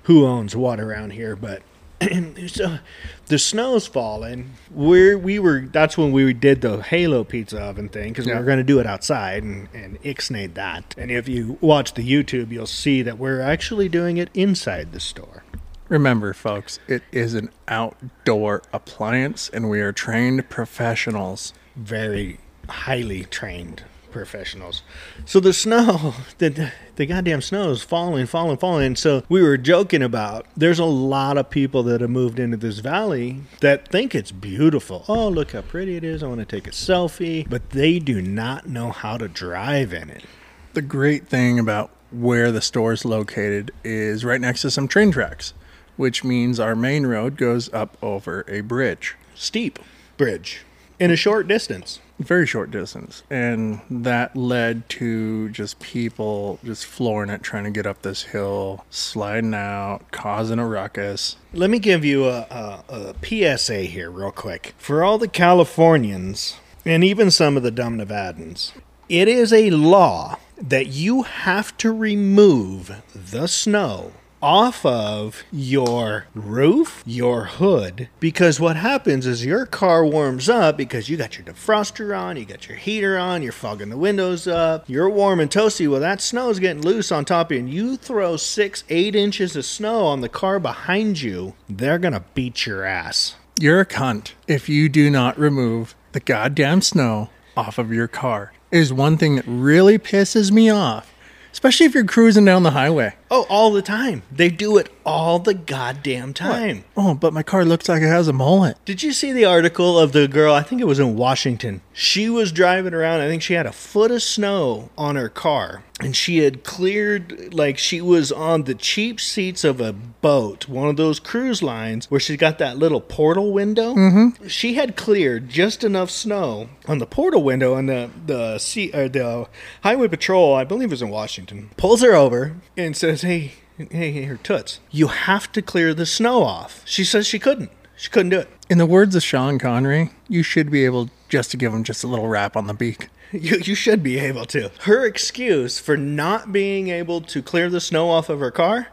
B: who owns what around here. But so the snow's falling. Where we were, that's when we did the Halo pizza oven thing because we
A: Yeah.
B: were going to do it outside and and ixnayed that. And if you watch the YouTube, you'll see that we're actually doing it inside the store.
A: Remember, folks, it is an outdoor appliance and we are trained professionals.
B: very highly trained professionals. So the snow, the the goddamn snow is falling, falling, falling. And so we were joking about there's a lot of people that have moved into this valley that think it's beautiful. Oh, look how pretty it is. I want to take a selfie, but they do not know how to drive in it.
A: The great thing about where the store is located is right next to some train tracks, which means our main road goes up over a bridge.
B: Steep bridge in a short distance.
A: Very short distance. And that led to just people just flooring it, trying to get up this hill, sliding out, causing a ruckus.
B: Let me give you a, a, a PSA here, real quick. For all the Californians and even some of the dumb Nevadans. It is a law that you have to remove the snow off of your roof, your hood, because what happens is your car warms up because you got your defroster on, you got your heater on, you're fogging the windows up, you're warm and toasty. Well, that snow is getting loose on top of you, and you throw six, eight inches of snow on the car behind you, they're gonna beat your ass.
A: You're a cunt if you do not remove the goddamn snow off of your car. It is one thing that really pisses me off, especially if you're cruising down the highway.
B: Oh, all the time. They do it all the goddamn time.
A: Oh, but my car looks like it has a mullet.
B: Did you see the article of the girl? I think it was in Washington. She was driving around. I think she had a foot of snow on her car. And she had cleared, like, she was on the cheap seats of a boat, one of those cruise lines where she's got that little portal window. Mm-hmm. She had cleared just enough snow on the portal window, and the, the, sea, or the highway patrol, I believe it was in Washington, pulls her over and says, Hey, hey, hey, her toots. You have to clear the snow off. She says she couldn't. She couldn't do it.
A: In the words of Sean Connery, you should be able just to give him just a little rap on the beak.
B: You, you should be able to. Her excuse for not being able to clear the snow off of her car?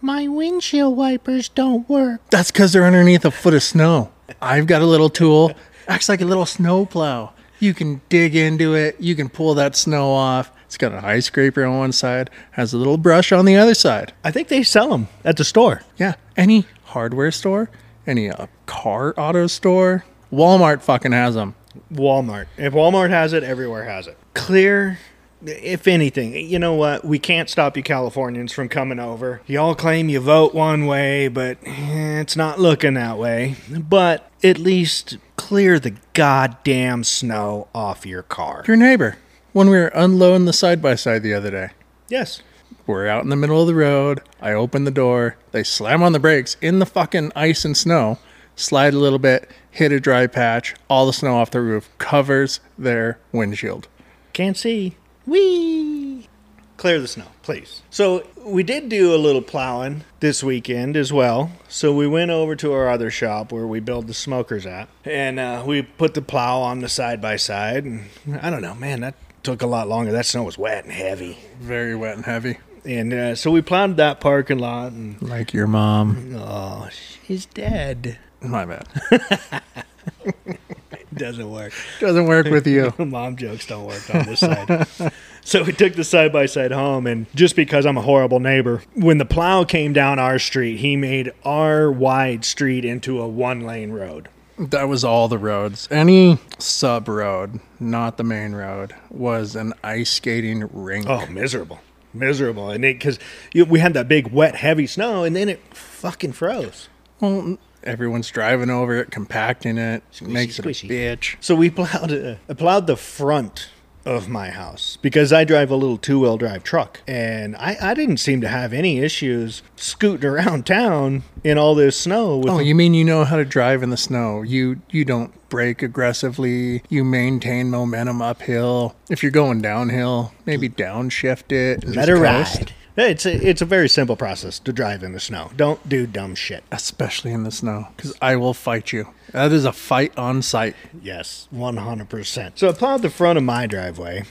B: My windshield wipers don't work.
A: That's because they're underneath a foot of snow. I've got a little tool, acts like a little snow plow. You can dig into it, you can pull that snow off. It's got an ice scraper on one side, has a little brush on the other side.
B: I think they sell them at the store.
A: Yeah, any hardware store, any uh, car auto store, Walmart fucking has them.
B: Walmart. If Walmart has it, everywhere has it. Clear. If anything, you know what? We can't stop you Californians from coming over. Y'all claim you vote one way, but eh, it's not looking that way. But at least clear the goddamn snow off your car.
A: Your neighbor, when we were unloading the side by side the other day,
B: Yes.
A: we're out in the middle of the road. I open the door. They slam on the brakes in the fucking ice and snow, slide a little bit, hit a dry patch. All the snow off the roof covers their windshield.
B: Can't see. Whee! Clear the snow, please. So we did do a little plowing this weekend as well. So we went over to our other shop where we build the smokers at, and uh, we put the plow on the side by side. And I don't know, man, that took a lot longer. That snow was wet and heavy,
A: Very wet and heavy.
B: and uh, so we plowed that parking lot. And
A: Like your mom.
B: oh, she's dead.
A: My bad.
B: Doesn't work.
A: Doesn't work with you.
B: Mom jokes don't work on this side. so we took the side by side home, and just because I'm a horrible neighbor, when the plow came down our street, he made our wide street into a one lane road.
A: That was all the roads. Any sub road, not the main road, was an ice skating rink.
B: Oh, miserable. Miserable. And it, because we had that big, wet, heavy snow, and then it fucking froze.
A: Well, everyone's driving over it, compacting it, makes
B: squishy.
A: it a bitch.
B: So we plowed uh, I plowed the front of my house because I drive a little two wheel drive truck, and I, I didn't seem to have any issues scooting around town in all this snow. With
A: Oh, you mean you know how to drive in the snow? You you don't brake aggressively. You maintain momentum uphill. If you're going downhill, maybe downshift it. and
B: let
A: just
B: her
A: coast.
B: ride. It's a, it's a very simple process to drive in the snow. Don't do dumb shit.
A: especially in the snow, because I will fight you. That is a fight on sight.
B: Yes, 100%. So I plowed the front of my driveway.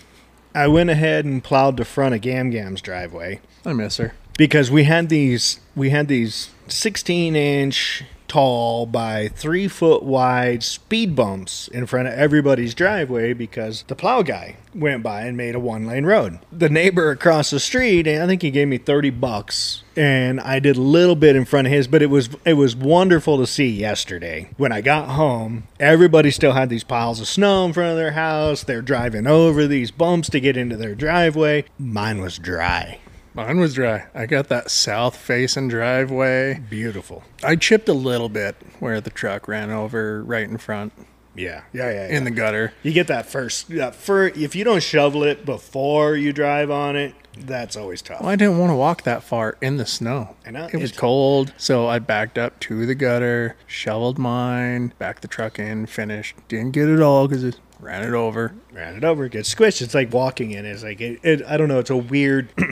B: I went ahead and plowed the front of Gam Gam's driveway.
A: I miss her.
B: because we had these we had these 16 inch tall by three foot wide speed bumps in front of everybody's driveway because the plow guy went by and made a one lane road the neighbor across the street and i think he gave me 30 bucks and i did a little bit in front of his but it was it was wonderful to see yesterday when i got home everybody still had these piles of snow in front of their house they're driving over these bumps to get into their driveway mine was dry
A: Mine was dry. I got that south facing driveway.
B: beautiful
A: I chipped a little bit where the truck ran over right in front
B: Yeah, yeah, yeah.
A: in the gutter.
B: you get that first. That fir- if you don't shovel it before you drive on it, that's always tough.
A: Well, I didn't want to walk that far in the snow.
B: I know,
A: It was
B: it's-
A: cold, so I backed up to the gutter, shoveled mine, backed the truck in, finished. Didn't get it all because it ran it over.
B: Ran it over, it gets squished. It's like walking in. It's like it, it, I don't know. It's a weird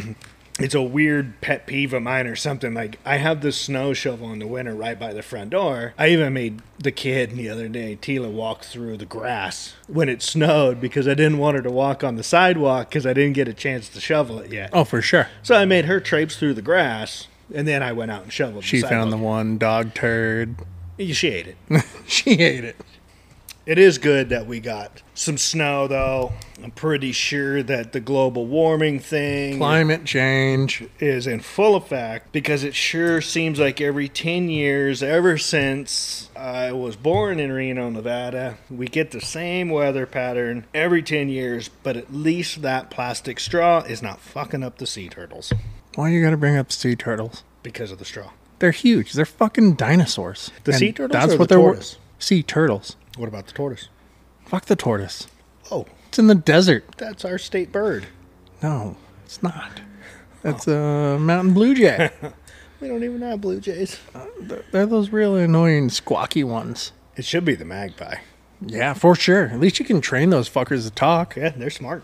B: it's a weird pet peeve of mine or something. Like I have this snow shovel in the winter right by the front door. I even made the kid the other day, Tila, walk through the grass when it snowed because I didn't want her to walk on the sidewalk because I didn't get a chance to shovel it yet.
A: Oh, for sure.
B: So I made her traipse through the grass, and then I went out and shoveled.
A: She found the one dog turd.
B: the. She ate it.
A: she ate it.
B: It is good that we got some snow, though. I'm pretty sure that the global warming thing
A: Climate change.
B: is in full effect because it sure seems like every 10 years, ever since I was born in Reno, Nevada, we get the same weather pattern every 10 years, but at least that plastic straw is not fucking up the sea turtles
A: Why you gotta bring up sea turtles?
B: because of the straw.
A: They're huge. They're fucking dinosaurs.
B: The sea turtles or the
A: they're wor-
B: tortoise?
A: Sea turtles.
B: What about the tortoise?
A: Fuck the tortoise.
B: Oh,
A: It's in the desert.
B: that's our state bird.
A: No, it's not. That's
B: Oh.
A: a mountain blue jay.
B: We don't even have blue jays.
A: They're- They're those really annoying squawky ones.
B: It should be the magpie.
A: Yeah, for sure. At least you can train those fuckers to talk.
B: Yeah, they're smart.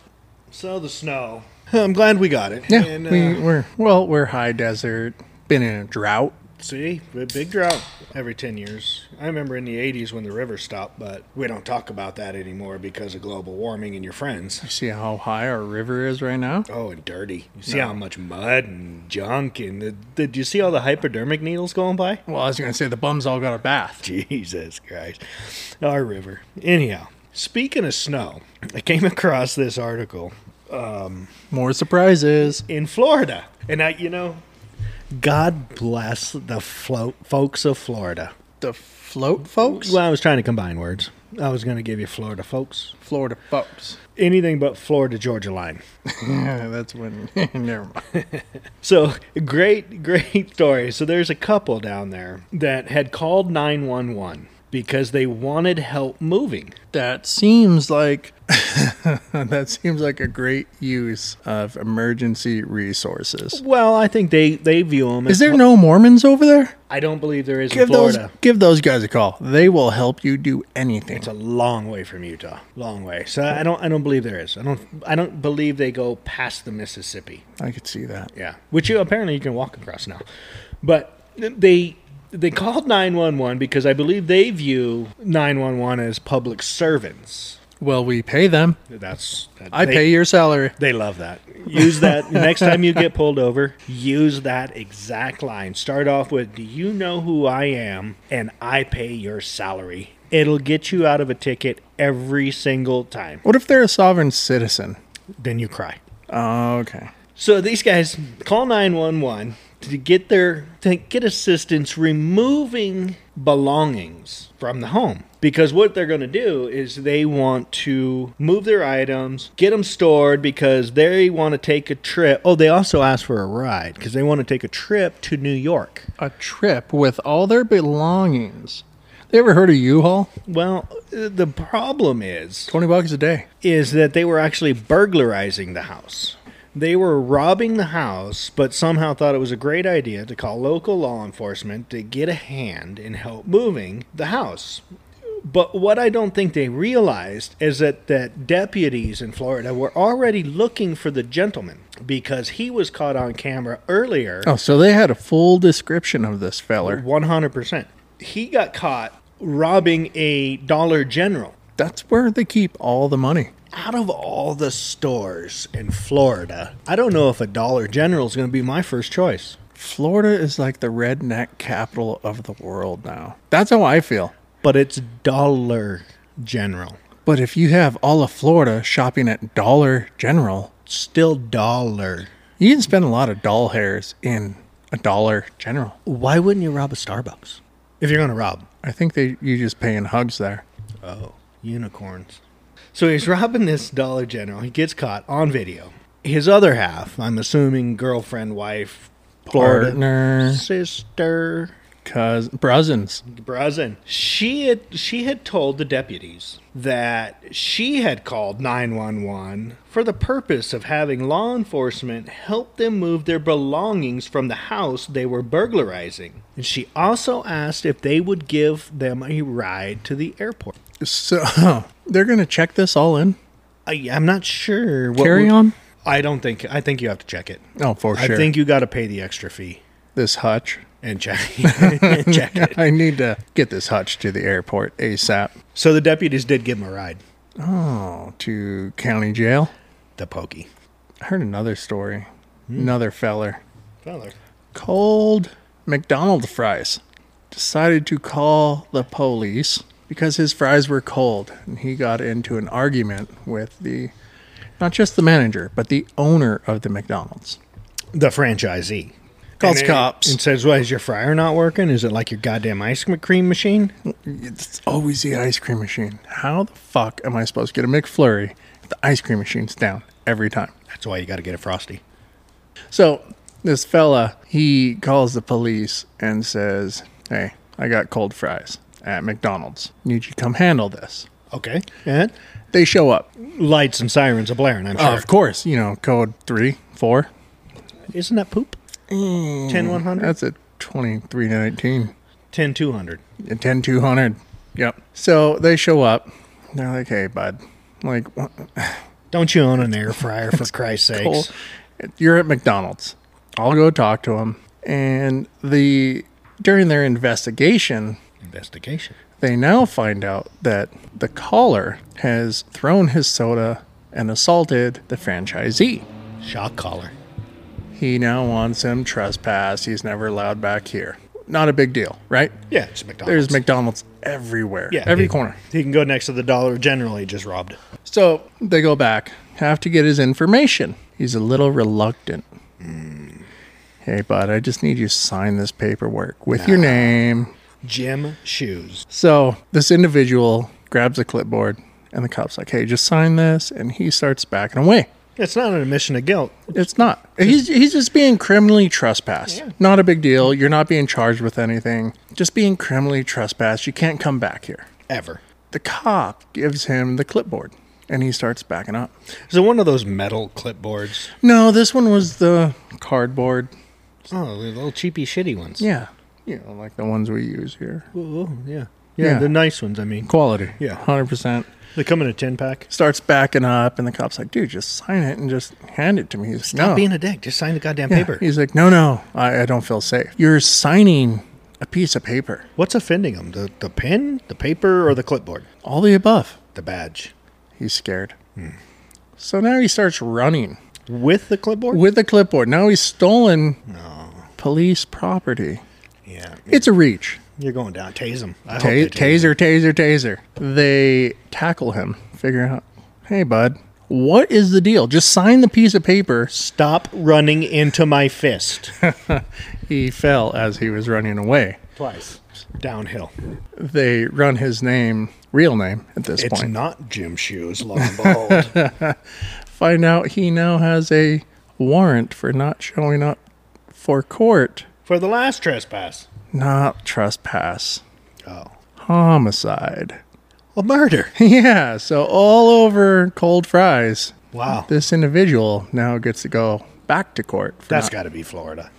B: So the snow. I'm glad we got it.
A: Yeah,
B: And,
A: we,
B: uh,
A: we're well, we're high desert. Been in a drought.
B: See, a big drought every 10 years. I remember in the 80s when the river stopped, but we don't talk about that anymore because of global warming and your friends.
A: You see how high our river is right now?
B: Oh, and dirty. You see how much mud and junk and the, did you see all the hypodermic needles going by?
A: Well, I was gonna say the bums all got a bath.
B: Jesus Christ. Our river. Anyhow, speaking of snow, I came across this article
A: More surprises.
B: in Florida. And I, you know, God bless the flo- folks of Florida.
A: The float folks,
B: Well, I was trying to combine words. I was going to give you Florida folks.
A: Florida folks.
B: anything but Florida Georgia line.
A: Yeah, that's when. never mind.
B: So great, great story. So there's a couple down there that had called 911 because they wanted help moving.
A: That seems like that seems like a great use of emergency resources.
B: Well, I think they they view them.
A: Is there no Mormons over there?
B: I don't believe there is in
A: Give those
B: Florida.
A: give those guys a call. They will help you do anything.
B: It's a long way from Utah. Long way. So I don't I don't believe there is. I don't I don't believe they go past the Mississippi.
A: I could see that.
B: Yeah, which you, apparently you can walk across now, but they they called nine one one because I believe they view nine one one as public servants.
A: Well, we pay them.
B: That's that,
A: I
B: they,
A: pay your salary.
B: They love that. Use that next time you get pulled over. Use that exact line. Start off with "Do you know who I am?" and "I pay your salary." It'll get you out of a ticket every single time.
A: What if they're a sovereign citizen?
B: Then you cry. Oh,
A: Okay.
B: So these guys call 911 to get their to get assistance removing belongings from the home because what they're going to do is they want to move their items, get them stored because they want to take a trip. Oh, they also ask for a ride because they want to take a trip to New York.
A: A trip with all their belongings. They ever heard of U-Haul?
B: Well, uh, the problem is
A: 20 bucks a day.
B: is that they were actually burglarizing the house. They were robbing the house, but somehow thought it was a great idea to call local law enforcement to get a hand and help moving the house. But what I don't think they realized is that, that deputies in Florida were already looking for the gentleman because he was caught on camera earlier.
A: Oh, so they had a full description of this feller.
B: 100%. He got caught robbing a Dollar General.
A: That's where they keep all the money.
B: out of all the stores in Florida, I don't know if a Dollar General is going to be my first choice.
A: Florida is like the redneck capital of the world now. That's how I feel.
B: But it's Dollar General.
A: But if you have all of Florida shopping at Dollar General,
B: Still Dollar.
A: you can spend a lot of doll hairs in a Dollar General.
B: Why wouldn't you rob a Starbucks? If you're going to rob.
A: I think they you just pay in hugs there.
B: Oh, unicorns. So he's robbing this Dollar General. He gets caught on video. His other half, I'm assuming girlfriend, wife, Florida
A: Partner,
B: sister,
A: cousin, cousins.
B: Brazen. She had she had told the deputies that she had called 911 for the purpose of having law enforcement help them move their belongings from the house they were burglarizing. And she also asked if they would give them a ride to the airport.
A: So they're gonna check this all in.
B: I, I'm not sure what
A: Carry
B: would-
A: on.
B: I don't think. I think you have to check it.
A: Oh, for
B: I
A: sure.
B: think you got to pay the extra fee
A: this hutch.
B: and check, and check it.
A: I need to get this hutch to the airport ASAP.
B: So the deputies did give him a ride.
A: Oh, to county jail.
B: The pokey.
A: I heard another story. Another feller.
B: Feller.
A: cold McDonald fries. Decided to call the police because his fries were cold. And he got into an argument with the, not just the manager, but the owner of the McDonald's.
B: The franchisee.
A: Calls
B: And-
A: cops.
B: And says, "Why is your fryer not working? Is it like your goddamn ice cream machine?"
A: It's always the ice cream machine. How the fuck am I supposed to get a McFlurry if the ice cream machine's down every time?
B: That's why you got to get a frosty.
A: So this fella, he calls the police and says, Hey, I got cold fries at McDonald's. Need you to come handle this.
B: Okay. And
A: They show up.
B: lights and sirens a blaring. I'm sure.
A: Uh, Of course, you know, code three, four.
B: Isn't that poop?
A: Mm.
B: Ten one hundred.
A: That's a 2319
B: Ten two hundred.
A: and 10 200. Yep. So they show up. and They're like, hey, bud, like, what-
B: Don't you own an air fryer for Christ's
A: cool.
B: sakes?
A: you're at McDonald's. I'll go talk to him. And the during their investigation,
B: Investigation.
A: they now find out that the caller has thrown his soda and assaulted the franchisee.
B: Shock collar.
A: He now wants him trespass. He's never allowed back here. Not a big deal, right?
B: Yeah, it's McDonald's.
A: There's McDonald's everywhere.
B: Yeah,
A: Every
B: he-
A: corner.
B: He can go next to the Dollar General he just robbed.
A: So they go back, have to get his information. He's a little reluctant. Hey, bud, I just need you to sign this paperwork with your name.
B: Jim Shoes.
A: So this individual grabs a clipboard, and the cop's like, hey, just sign this. And he starts backing away.
B: It's not an admission of guilt.
A: It's not. He's, he's just being criminally trespassed. Not a big deal. You're not being charged with anything. Just being criminally trespassed. You can't come back here.
B: Ever.
A: The cop gives him the clipboard, and he starts backing up.
B: Is it one of those metal clipboards?
A: No, this one was the cardboard.
B: Oh, the little cheapy shitty ones.
A: Yeah. You know, like the ones we use here.
B: Oh, yeah. yeah.
A: Yeah.
B: the nice ones, I mean.
A: Quality.
B: Yeah.
A: 100%.
B: They come in a 10 pack.
A: Starts backing up, and the cop's like, dude, just sign it and just hand it to me. He's like, no.
B: Stop being a dick. Just sign the goddamn
A: Yeah.
B: paper.
A: He's like, no, no, I, I don't feel safe. You're signing a piece of paper.
B: What's offending him? The, the pen, the paper, or the clipboard?
A: All the above.
B: The badge.
A: He's scared.
B: Hmm.
A: So now he starts running
B: With the clipboard?
A: with the clipboard. Now he's stolen police property.
B: yeah.
A: It's a reach.
B: You're going down. Tase him. I hope
A: Ta-
B: they tase him.
A: taser, taser, taser. They tackle him, figure out, hey, bud, what is the deal? Just sign the piece of paper.
B: Stop running into my fist.
A: He fell as he was running away.
B: Twice. Downhill.
A: They run his name, real name at this
B: It's
A: point.
B: not Jim Shoes, lo and behold.
A: Find out he now has a warrant for not showing up for court,
B: For the last trespass.
A: not trespass,
B: Oh.
A: homicide.
B: A murder.
A: Yeah, so all over cold fries,
B: Wow.
A: this individual now gets to go back to court for
B: That's
A: not-
B: got to be Florida.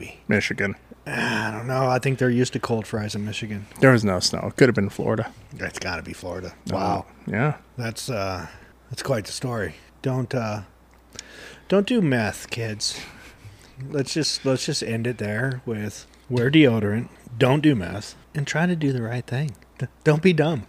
B: Ah,
A: Michigan.
B: I don't know. I think they're used to cold fries in Michigan.
A: There was no snow. It could have been Florida.
B: That's got to be Florida. Wow.
A: Yeah.
B: That's uh that's quite the story. Don't uh don't do meth, kids. Let's just let's just end it there with wear deodorant, don't do meth, and try to do the right thing. D- Don't be dumb.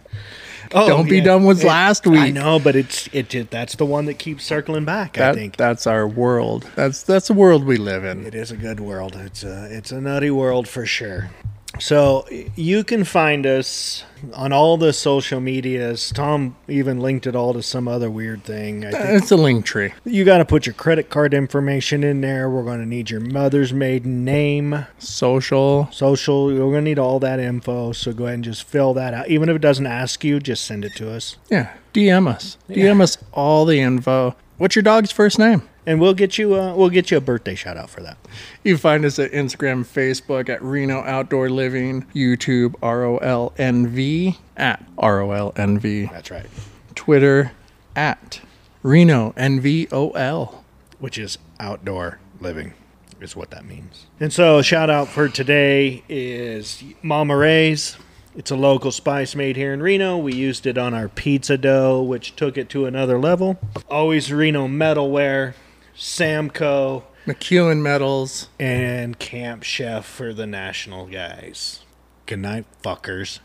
B: Oh,
A: Don't be dumb was
B: It-
A: last week.
B: I know, but it's it, it that's the one that keeps circling back. I
A: That,
B: think
A: that's our world. That's that's the world we live in.
B: It is a good world. It's a it's a nutty world for sure. So y- you can find us on all the social medias. Tom even linked it all to some other weird thing.
A: Uh,
B: I think
A: It's a link tree.
B: you got to put your credit card information in there. We're going to need your mother's maiden name,
A: Social.
B: social. We're going to need all that info. So go ahead and just fill that out. Even if it doesn't ask you, just send it to us,
A: Yeah. DM us. DM us all the info. What's your dog's first name?
B: and we'll get you uh, we'll get you a birthday shout out for that.
A: You find us at Instagram, Facebook at Reno Outdoor Living, YouTube R O L N V at R O L N V,
B: That's right.
A: Twitter at Reno N V O L.
B: which is outdoor living, is what that means. And so, shout out for today is Mama Ray's. It's a local spice made here in Reno. We used it on our pizza dough, which took it to another level. Always Reno Metalware, Samco,
A: McEwen Metals.
B: and Camp Chef for the national guys. Good night, fuckers.